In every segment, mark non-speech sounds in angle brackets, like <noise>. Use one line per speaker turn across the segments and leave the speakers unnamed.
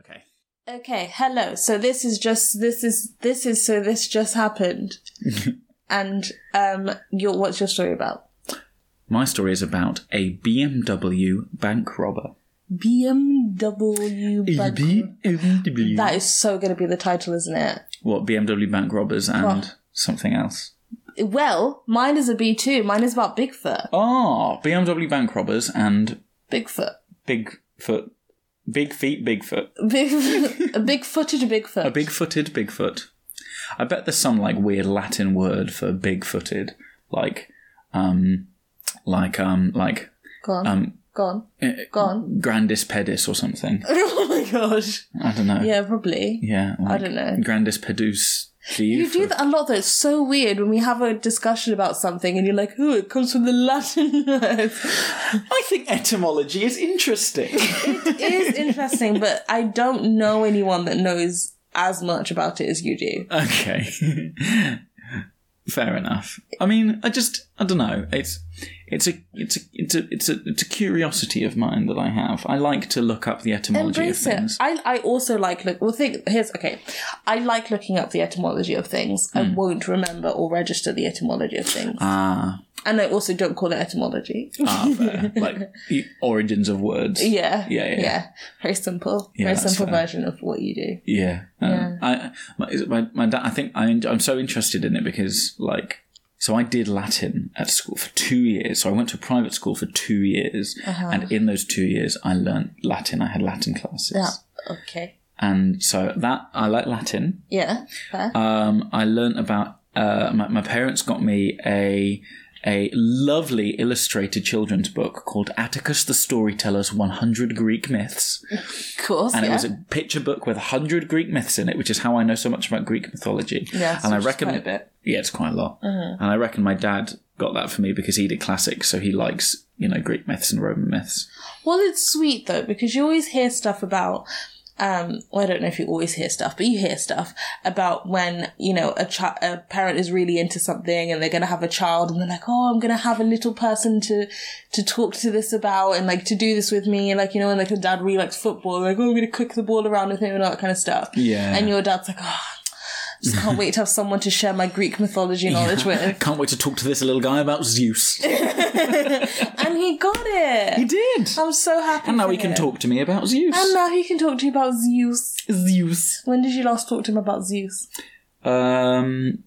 Okay.
Okay, hello. So this is just this is this is so this
<laughs>
just happened. and um your what's your story about?
My story is about a BMW bank robber.
BMW bug-
BMW.
That is so going to be the title, isn't it?
What BMW bank robbers and
What?
something else.
Well, mine is a B2. Mine is about Bigfoot.
Ah, BMW bank robbers and
Bigfoot.
Bigfoot, big feet, Bigfoot, <laughs>
Big, a big-footed Bigfoot.
a big-footed Bigfoot. I bet there's some like weird Latin word for big-footed, like, um, like um, like
Go on.
um,
go on.
eh,
Go on. <laughs>
grandis pedis or something.
Oh my gosh.
I don't know.
Yeah, probably.
Yeah, like
don't know.
Grandis pedus.
You do that a lot though. It's so weird when we have a discussion about something and you're like, ooh, it comes from the <laughs> Latin words.
I think etymology is interesting.
it is interesting, but I don't know anyone that knows as much about it as you do.
<laughs> Okay. <laughs> Fair enough. I mean, I just I don't know. It's it's a it's a it's a it's a it's a curiosity of mine that I have. I like to look up the etymology
Embrace
of
it.
things.
I, I also like look well think here's okay. I like looking up the etymology of things. I won't remember or register the etymology of things.
Ah,
and I also don't call it <laughs> etymology.
ah, fair. like the origins of words.
yeah.
Yeah, yeah, yeah.
Very simple.
Yeah,
Very
that's
simple
fair.
version of what you do.
Yeah. Um,
Yeah.
I my, is it my, my dad. I think I en- I'm so interested in it because like so I did Latin at school for two years. So I went to private school for two years,
Uh-huh.
and in those two years, I learned Latin. I had Latin classes.
Yeah. Ah, Okay.
and so that I like Latin.
Yeah. Fair.
Um, I learnt about uh, my, my parents got me a a lovely illustrated children's book called Atticus the Storyteller's 100 Greek Myths,
of course.
and
yeah.
it was a picture book with 100 Greek myths in it, which is how I know so much about Greek mythology.
Yeah, so
and I
it's
reckon
quite a bit. Uh-huh.
yeah, it's quite a lot, and I reckon my dad got that for me because he did classics, so he likes you know Greek myths and Roman myths.
Well, it's sweet though because you always hear stuff about. Um, well, I don't know if you always hear stuff, but you hear stuff about when you know a chi- a parent is really into something and they're going to have a child and they're like, oh, I'm going to have a little person to to talk to this about and like to do this with me and like you know and like the dad really likes football, like oh, I'm going to kick the ball around with him and all that kind of stuff.
Yeah.
and your dad's like, oh, just can't wait to have someone to share my Greek mythology knowledge with,
Can't wait to talk to this little guy about Zeus.
and <laughs> he got
<laughs> he
it.
did.
I'm so happy.
And now
for
he can
him.
talk to me about Zeus.
And now he can talk to you about Zeus.
Zeus.
When did you last talk to him about Zeus?
Um,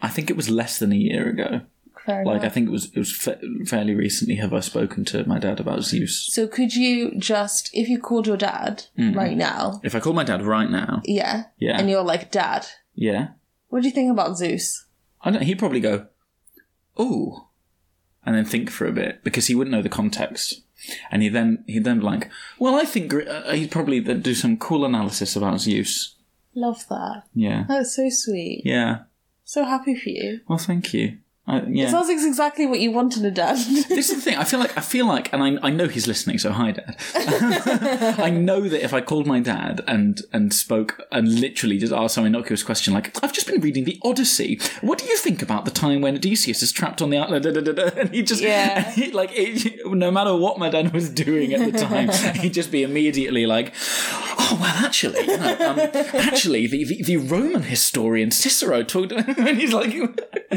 I think it was less than a year ago.
Fair
Like I
enough.
think it was it was fa- fairly recently. Have I spoken to my dad about Zeus?
So could you just, if you called your dad right now,
If I call my dad right now,
yeah,
Mm-hmm. Yeah.
and you're like, Dad,
yeah,
what do you think about Zeus?
I don't. He'd probably go, "Oh," and then think for a bit because he wouldn't know the context. And he then he'd then be like, "Well, I think Gre- uh, he'd probably then do some cool analysis about Zeus."
Love that.
Yeah,
That's so sweet.
yeah.
So happy for you.
Well, thank you. I,
It
yeah.
sounds like exactly what you wanted a dad. <laughs>
this is the thing. I feel like I feel like, and I, I know he's listening. So hi, Dad. <laughs> I know that if I called my dad and and spoke and literally just asked some innocuous question like, "I've just been reading the Odyssey. What do you think about the time when Odysseus is trapped on the island?" <laughs> Da, da, da, da, and he just
Yeah.
<laughs> and he, like it, no matter what my dad was doing at the
<laughs>
time, he'd just be immediately like. Oh well, actually, you know, um, actually, the, the, the Roman historian Cicero talked, <laughs> and he's like,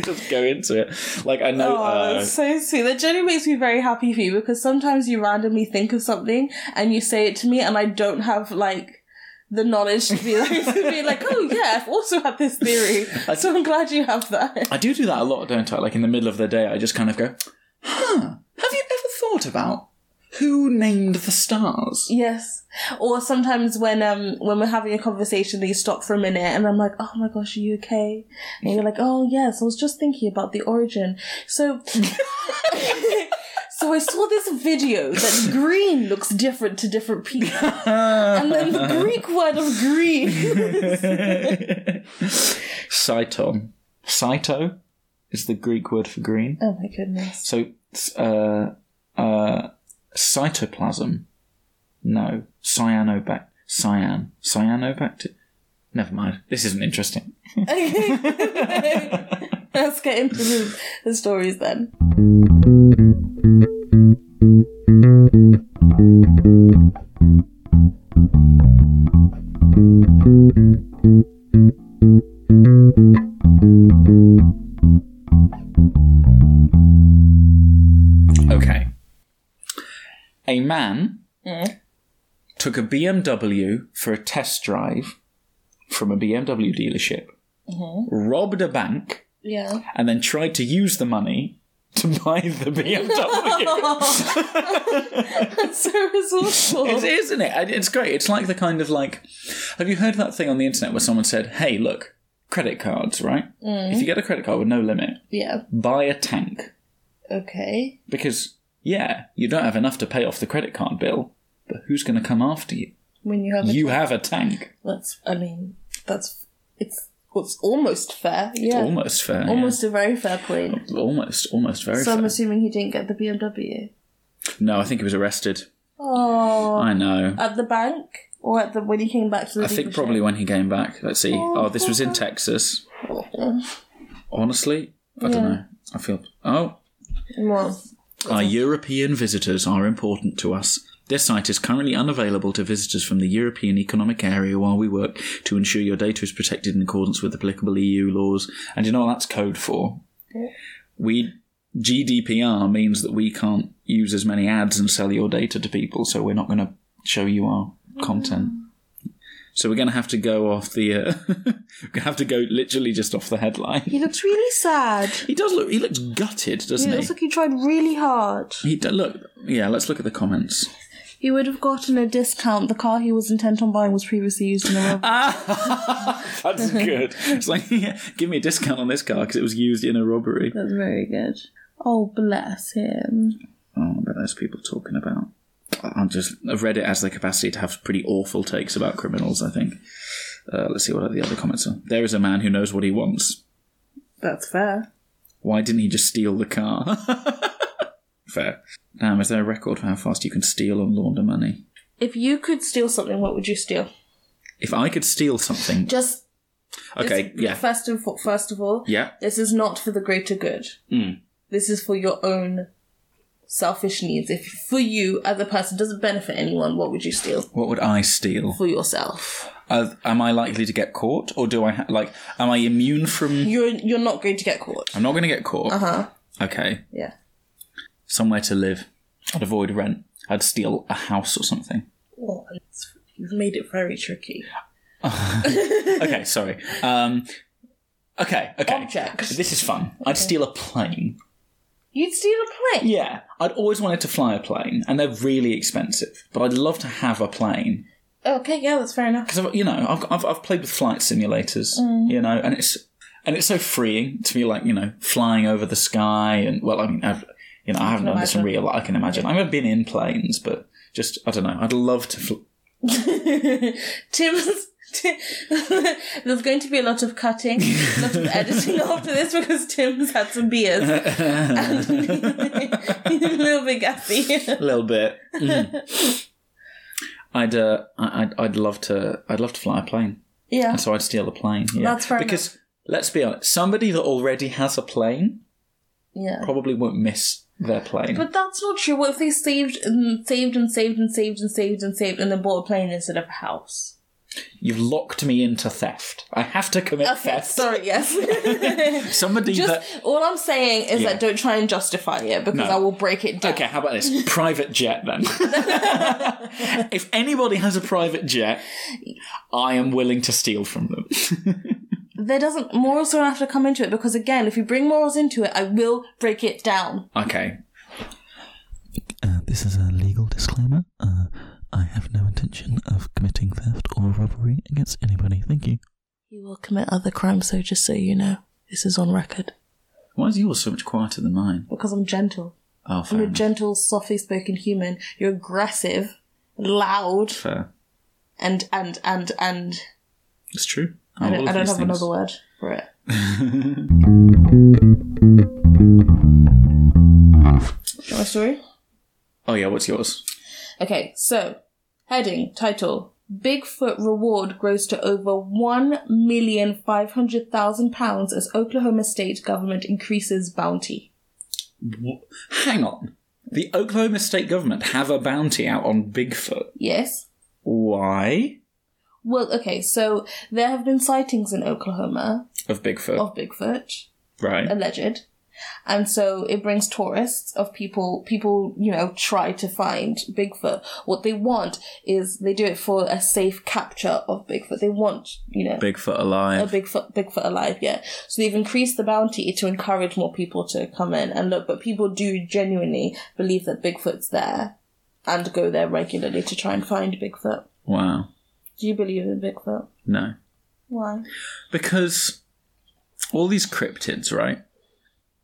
just go into it. Like I know,
Oh,
uh,
that's so sweet. That generally makes me very happy for you because sometimes you randomly think of something and you say it to me, and I don't have like the knowledge to be like, <laughs> to be like oh yeah, I've also had
<laughs>
this theory. So I'm glad you have that.
I do do that a lot, don't I? Like in the middle of the day, I just kind of go, huh, have you ever thought about who named the <laughs> stars?
Yes. Or sometimes when um when we're having a conversation, you stop for a minute, and I'm like, oh my gosh, are you okay? And you're like, oh yes, I was just thinking about the origin. So. <laughs> So I saw this video that green looks different to different people. and then the Greek word of green. <laughs>
Cyton. Cyto is the Greek word for green.
oh my goodness. <laughs>
So, uh, uh, cytoplasm. No, cyanobac, cyan, cyanobacter. Never mind. This isn't interesting.
Let's get into the, the stories then.
man took a BMW for a test drive from a BMW dealership, robbed a bank,
Yeah.
and then tried to use the money to <laughs> buy the
<laughs>
BMW.
That's so resourceful.
it is, isn't it? And It's great. It's like the kind of like, have you heard that thing on the internet where someone said, "Hey, look, credit cards, right? If you get a credit card with no limit,
yeah.
buy a tank
Okay.
because yeah, you don't have enough to pay off the credit card bill, but who's going to come after you?
When you have a
You have a tank.
That's, I mean, that's, it's, well, it's almost fair. Yeah.
Almost fair. yeah.
Almost a very fair point.
Almost, almost very
So I'm
fair.
assuming he didn't get the BMW.
No, I think he was arrested.
Oh.
I know.
At the bank? Or at the, when he came back to the
I think
dealership?
probably when he came back. Let's see. Oh, this was in Texas. Honestly, I
Yeah.
don't know. I feel. Oh,
Well,
Our European visitors are important to us. This site is currently unavailable to visitors from the European Economic Area while we work to ensure your data is protected in accordance with applicable EU laws. And you know what that's code for? We GDPR means that we can't use as many ads and sell your data to people, so we're not going to show you our content. Mm. So we're going to have to go off the. Uh, <laughs> we're going to have to go literally just off the headline.
he looks really sad.
He does look. He looks gutted, doesn't
He
he?
looks like he tried really hard.
He d- look, yeah. Let's look at the comments.
He would have gotten a discount. The car he was intent on buying was previously used in a robbery.
<laughs> That's good. It's like, yeah, give me a discount on this car because it was used in a robbery.
<laughs> That's very good. Oh, bless him.
Oh, I bet those people talking about. I- I'm just. I've read it as the capacity to have pretty awful takes about criminals. I think. Uh, let's see what the other comments are. There is a man who knows what he wants.
That's fair.
Why didn't he just steal the car? <laughs> Fair. Damn, is there a record for how fast you can steal and launder money?
If you could steal something, what would you steal?
If I could steal something,
Just
okay,
this-
yeah,
First and fo- first of all,
yeah, Hmm.
this is not for the greater good. This is for your own selfish needs. If for you as a person doesn't benefit anyone, what would you steal
what would I steal?
for yourself?
Uh, am I likely to get caught, or do I ha- like? Am I immune from?
You're you're not going to get caught.
I'm not going to get caught.
Uh huh.
Okay,
Yeah.
somewhere to live. I'd avoid rent. I'd steal a house or something.
Well, it's, you've made it very tricky.
Okay, sorry. Um, okay, okay.
Objects.
This is fun. I'd steal a plane.
You'd steal a plane.
Yeah, I'd always wanted to fly a plane, and they're really expensive. But I'd love to have a plane
Okay, yeah, that's fair enough.
because you know I've, I've I've played with flight simulators,
Mm.
you know, and it's and it's so freeing to be like you know flying over the sky and well I mean I've you know I haven't done this in
imagine.
real life I can imagine I've been in planes but just I don't know I'd love to fl-
Tim's. <laughs> Tim, <laughs> there's going to be a lot of cutting, a lot of
<laughs>
editing after this because Tim's had some beers.
<laughs>
And <laughs> he's a little bit gassy.
a little
<laughs>
bit. Mm. I'd uh I- I'd I'd love to I'd love to fly a plane
Yeah.
and so I'd steal a plane. Yeah.
That's fair
because let's be honest, somebody that already has a plane
Yeah.
probably won't miss their plane.
But that's not true. What if they saved and saved and saved and saved and saved and saved and then bought a plane instead of a house?
You've locked me into theft. I have to commit
Okay,
theft.
<laughs> sorry, yes.
<laughs> Somebody that
Just all I'm saying is
Yeah.
that don't try and justify it because
No.
I will break it down.
Okay, how about
<laughs>
this? Private jet then. if anybody has a private jet, I am willing to steal from
<laughs>
them.
There doesn't morals don't have to come into it because again, if you bring morals into it, I will break it down.
Okay.
Uh, this is a legal disclaimer. Uh, I have no intention of committing theft or robbery against anybody. Thank you.
You will commit other crimes, so just so you know, this is on record.
Why is yours so much quieter than mine?
Because I'm gentle.
Oh,
I'm
fair.
a
enough.
gentle, softly spoken human. You're aggressive, loud,
fair.
and and and and
It's true.
I
Oh,
don't,
all
I
of
don't
these
have
things.
another word for it. Do you want a story?
Oh, yeah, what's yours?
Okay, so heading title: Bigfoot reward grows to over one million five hundred thousand pounds as Oklahoma state government increases bounty.
Wh- Hang on. The Oklahoma state government have a bounty out on Bigfoot.
Yes.
Why?
Well, okay, so there have been sightings in Oklahoma
Of Bigfoot.
of Bigfoot,
right.
alleged, And so it brings tourists of people, people, you know, try to find Bigfoot. What they want is they do it for a safe capture of Bigfoot. They want, you know,
Bigfoot
a
alive.
Bigfoot, Bigfoot alive, yeah. So they've increased the bounty to encourage more people to come in and look, but people do genuinely believe that Bigfoot's there and go there regularly to try and find Bigfoot.
Wow.
Do you believe in Bigfoot?
No.
Why?
Because all these cryptids, right?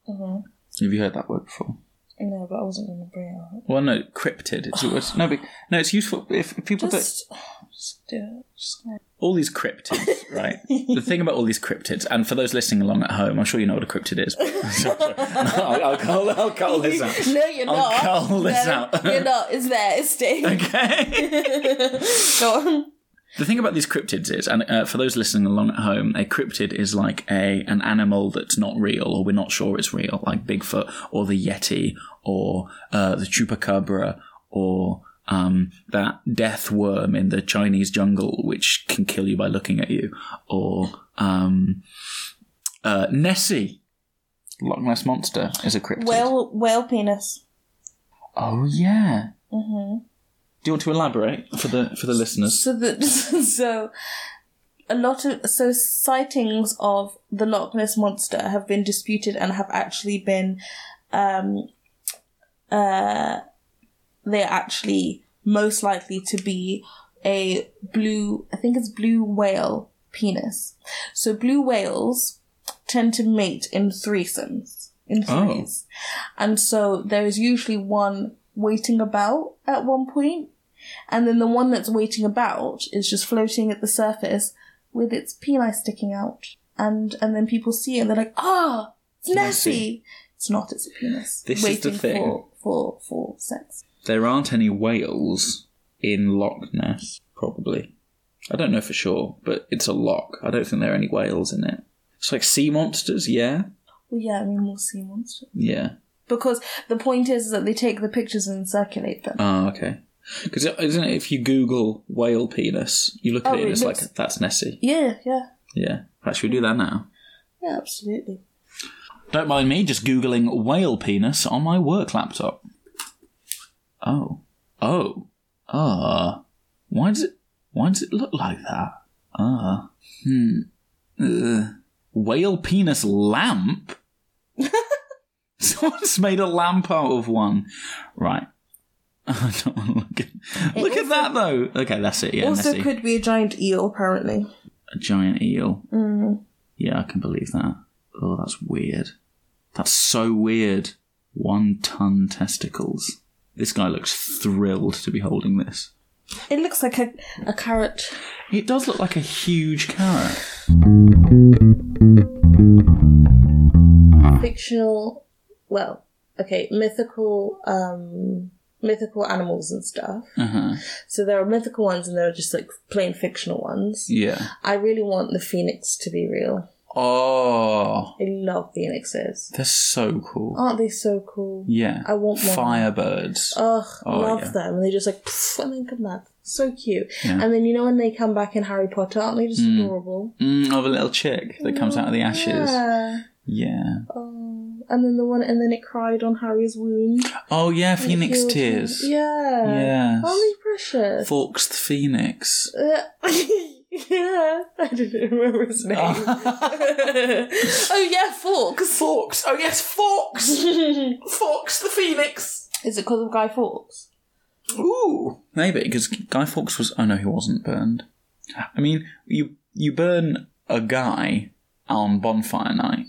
Mm-hmm.
Have you heard that word before?
No, but I wasn't going to bring it up.
Well, no, cryptid. It's, it's no, but, no, it's useful if people. don't-
Just, <sighs> just do it. Just go.
all these
<laughs>
cryptids, right? the thing about all these cryptids, and for those listening along at home, I'm sure you know what a cryptid is. <laughs> Sorry, sorry. I'll, I'll, call- I'll call this out.
<laughs> No, you're
I'll
not.
cull this
no,
out. <laughs>
you're not. It's there. It's staying.
Okay.
<laughs> Go on.
The thing about these cryptids is, and uh, for those listening along at home, a cryptid is like a an animal that's not real, or we're not sure it's real, like Bigfoot or the Yeti or uh, the chupacabra or um, that death worm in the Chinese jungle, which can kill you by looking at you, or um, uh, Nessie. Loch Ness monster is a cryptid.
Whale, whale penis.
oh yeah. Do you want to elaborate for the for the listeners?
So the <laughs> so a lot of so sightings of the Loch Ness monster have been disputed and have actually been um uh they're actually most likely to be a blue I think it's blue whale penis. So blue whales tend to mate in threesomes. In
Oh.
threes. And so there is usually one waiting about at one point and then the one that's waiting about is just floating at the surface with its peni sticking out. And and then people see it and they're like, ah, it's Nessie.
Nessie.
It's not, it's a penis.
This is the thing.
For, for, for sex.
There aren't any whales in Loch Ness, probably. I don't know for sure, but it's a lock. I don't think there are any whales in it. It's like sea monsters, yeah?
Well, yeah, I mean, we'll see monsters.
Yeah.
Because the point is that they take the pictures and circulate them.
Ah, okay. Because isn't it if you Google whale penis, you look at
Oh,
it and
it
it's
looks-
like, that's Nessie.
Yeah, yeah.
Yeah. Right, should we do that now?
Yeah, absolutely.
Don't mind me just Googling whale penis on my work laptop. Oh. Oh. Ah. why does it why does it look like that? Ah. Hmm. Ugh. Whale penis lamp? <laughs> Someone's made a lamp out of one. Right. <laughs> I don't want to look at Look at
also-
that though. Okay, that's it, yeah.
also
Nessie.
could be a giant eel, apparently.
A giant eel.
Mm.
Yeah, I can believe that. Oh, that's weird. That's so weird. One ton testicles. This guy looks thrilled to be holding this.
It looks like a, a carrot.
It does look like a huge carrot.
fictional well okay mythical um mythical animals and stuff
Uh-huh.
so there are mythical ones and there are just like plain fictional ones
Yeah.
i really want the phoenix to be real
Oh,
i love phoenixes
they're so cool.
aren't they so cool
Yeah.
Oh, I want one.
Firebirds.
Ugh,
Oh,
love
yeah.
them. And they just like, pfft, and then come back. So cute.
Yeah.
And then you know when they come back in Harry Potter, aren't they just adorable?
Mm, of a little chick that comes out of the ashes.
Yeah.
Yeah.
Oh. And then the one, and then it cried on Harry's wound.
Oh, yeah,
And it
Phoenix
healed him.
Tears.
Yeah. Oh,
Yes.
Aren't they precious?
Forks the Phoenix.
Uh, <laughs> yeah, I don't remember his name. <laughs> oh yeah,
<laughs>
Fawkes.
Forks! Oh, yes, Forks! Forks the Phoenix!
Is it because of Guy Fawkes?
Ooh, maybe because Guy Fawkes was. Oh no, he wasn't burned. I mean, you you burn a guy on bonfire night,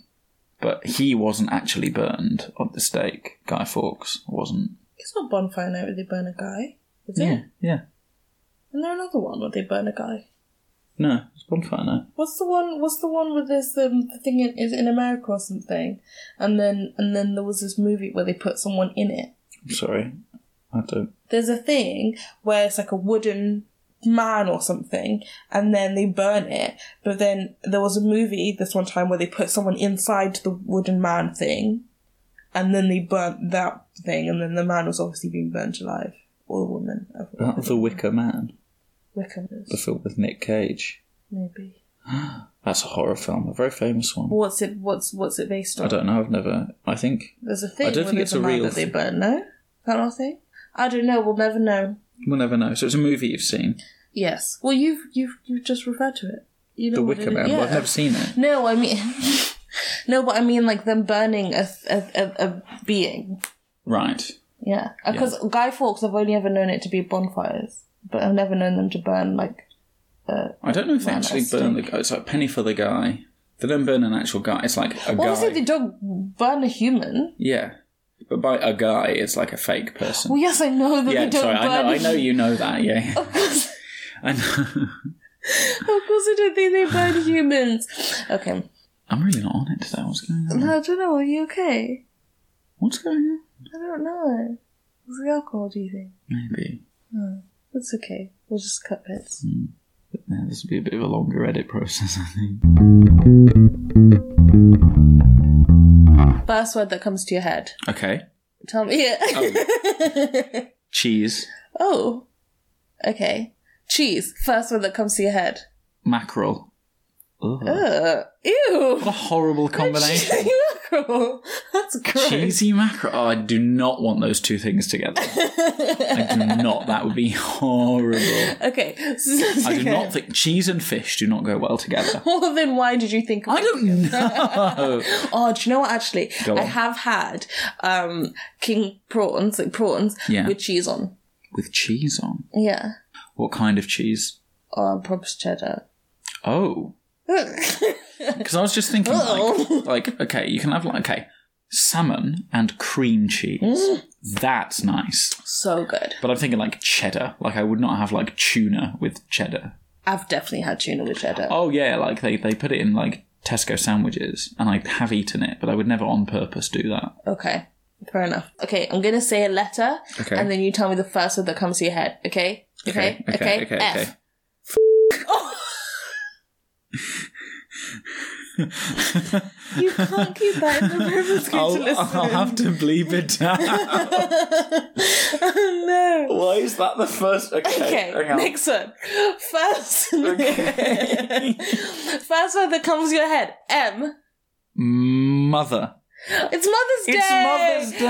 but he wasn't actually burned at the stake. Guy Fawkes wasn't.
It's not bonfire night where they burn a guy, is
Yeah,
it?
yeah.
And there another one where they burn a guy.
No, it's bonfire night.
What's the one? What's the one with this um the thing in, is it in America or something? And then and then there was this movie where they put someone in it.
I'm sorry, I don't.
There's a thing where it's like a wooden man or something, and then they burn it. But then there was a movie this one time where they put someone inside the wooden man thing, and then they burnt that thing, and then the man was obviously being burnt alive, or the woman. I forgot.
Uh, That was the Wicker Man,
Wickham,
the film with Nick Cage.
maybe.
That's a horror film, a very famous one.
What's it? What's what's it based on?
I don't know. I've never. I think
There's a thing.
I don't
where
think
there's
it's a
man
real
that they
thing.
burn. No, that not a thing. I don't know. We'll never know.
we'll never know. So it's a movie you've seen,
Yes. Well, you've you've you've just referred to it. You know
The
what
Wicker
it-
Man. Well, I've
yeah.
never seen it.
No, I mean. <laughs> No, but I mean like them burning a a, a, a being.
Right.
Yeah, because Guy Fawkes, I've only ever known it to be bonfires, but I've never known them to burn like. Uh,
I don't know if they
Man,
actually
that's
burn the guy. It's like penny for the guy. They don't burn an actual guy. It's like a
well,
guy.
obviously they don't burn a human.
Yeah, but by a guy, it's like a fake person.
Well, yes, I know that they
yeah,
don't
sorry.
burn. Oh.
I know.
a
I know you know that. Yeah.
Of course,
I know.
<laughs>
<laughs>
of course, I don't think they burn humans. Okay,
I'm really not on it today. What's going on?
I don't know. Are you okay?
What's going on?
I don't know. It's the alcohol, do you think?
Maybe.
That's okay. We'll just cut bits.
Hmm. Yeah, this would be a bit of a longer edit process, I think.
First word that comes to your head.
Okay.
Tell me. Yeah.
Oh.
<laughs>
Cheese,
Oh. Okay. Cheese. First word that comes to your head.
mackerel. Ugh. What
Ugh. Ew. <laughs>
a horrible combination.
Cheesy mackerel. That's <laughs> gross.
Cheesy mackerel. Oh, I do not want those two things
<laughs>
together. I do not. That would be horrible.
Okay. <laughs>
I do not think cheese and fish do not go well together.
Well, then why did you think?
I don't
<laughs>
know.
Oh, do you know what? Actually,
Go
I
on.
have had um, king prawns, like prawns
Yeah.
with cheese on.
With cheese on.
Yeah.
What kind of cheese?
Oh, props cheddar.
Oh. Because I was just thinking,
Oh. <laughs>
like, like, okay, you can have, like, okay, salmon and cream cheese.
Mm.
That's nice.
so good.
But I'm thinking, like, cheddar. Like, I would not have, like, tuna with cheddar.
I've definitely had tuna with cheddar.
Oh, yeah, like, they, they put it in, like, Tesco sandwiches, and I have eaten it, but I would never on purpose do that.
Okay. Fair enough. Okay, I'm gonna say a letter,
Okay.
and then you tell me the first word that comes to your head. Okay. Okay. Okay. F. You can't keep that in
<laughs>
the reference going
I'll,
to listen.
I'll have to bleep it down.
<laughs> no.
Why is that the first?
Okay, next one.
<laughs>
First, <laughs> first word that comes to your head. M.
Mother.
It's Mother's Day.
It's Mother's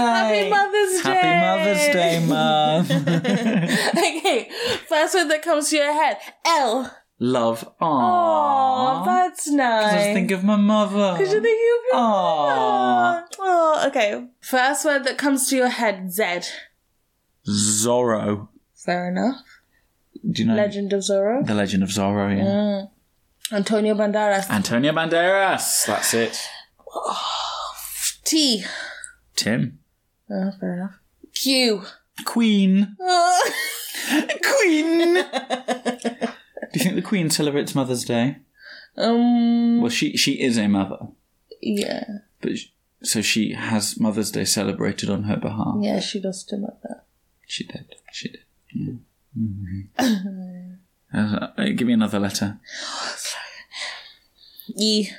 Day.
Happy Mother's Day.
Happy Mother's Day, Mum.
<laughs> okay, first word that comes to your head. L.
Love.
Oh,
Aww.
that's nice.
I just think of my mother.
Did you think you were-
Aww.
Oh, okay. First word that comes to your head. Z.
Zorro.
Fair enough.
Do you know
Legend of Zorro. Mm.
the Legend of Zorro? Yeah.
Antonio Banderas.
Antonio Banderas. That's it.
T.
Tim.
Oh, fair enough. Q.
Queen.
Oh.
Queen. <laughs> Do you think the Queen celebrates Mother's Day?
<laughs> um.
Well, she she is a mother,
Yeah.
but sh so she has Mother's Day celebrated on her behalf.
Yeah, she does do like that.
She did. She did. Yeah. Mhm. Uh, uh, give me another letter.
E.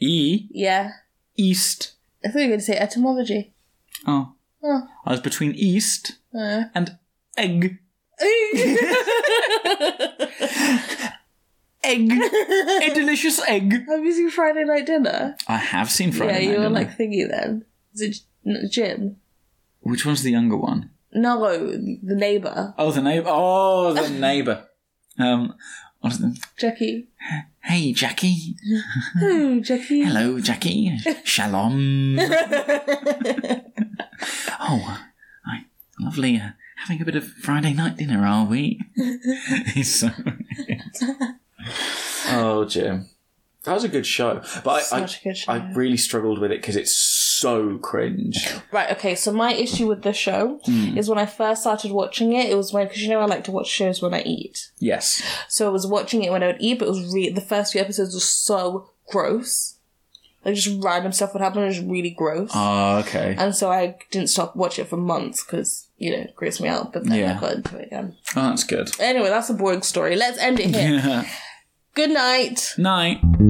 E.
Yeah.
East.
I thought you were going to say etymology. <laughs>
Oh.
Oh.
I was between East
Uh.
and egg.
<laughs>
Egg. a delicious egg.
Have you seen Friday Night Dinner?
I have seen Friday
yeah,
Night
you were
Dinner.
like thingy then. Is it J- Jim?
Which one's the younger one?
No, the neighbour.
Oh, the neighbor. Oh,
<laughs>
the neighbor. Um, what is the-
Jackie.
hey, Jackie.
Oh, Jackie.
Hmm. Hello, Jackie. <laughs> Shalom. oh, I, lovely. Uh, having a bit of Friday night dinner, are we? <laughs> He's so. <laughs> oh, Jim. That was a good show, but
Such a good show.
really struggled with it because it's so cringe.
Right, okay, so my issue with the show
Hmm.
is when I first started watching it, it was when, because you know I like to watch shows when I eat.
Yes.
So I was watching it when I would eat, but it was really, the first few episodes were so gross. Like just random stuff would happen, it was really gross.
Oh, okay.
and so I didn't stop watching it for months because, you know, it grossed me out, but then
Yeah.
I got into it again.
Oh, that's good.
Anyway, that's a boring story. Let's end it here. Good night.
<laughs> Night.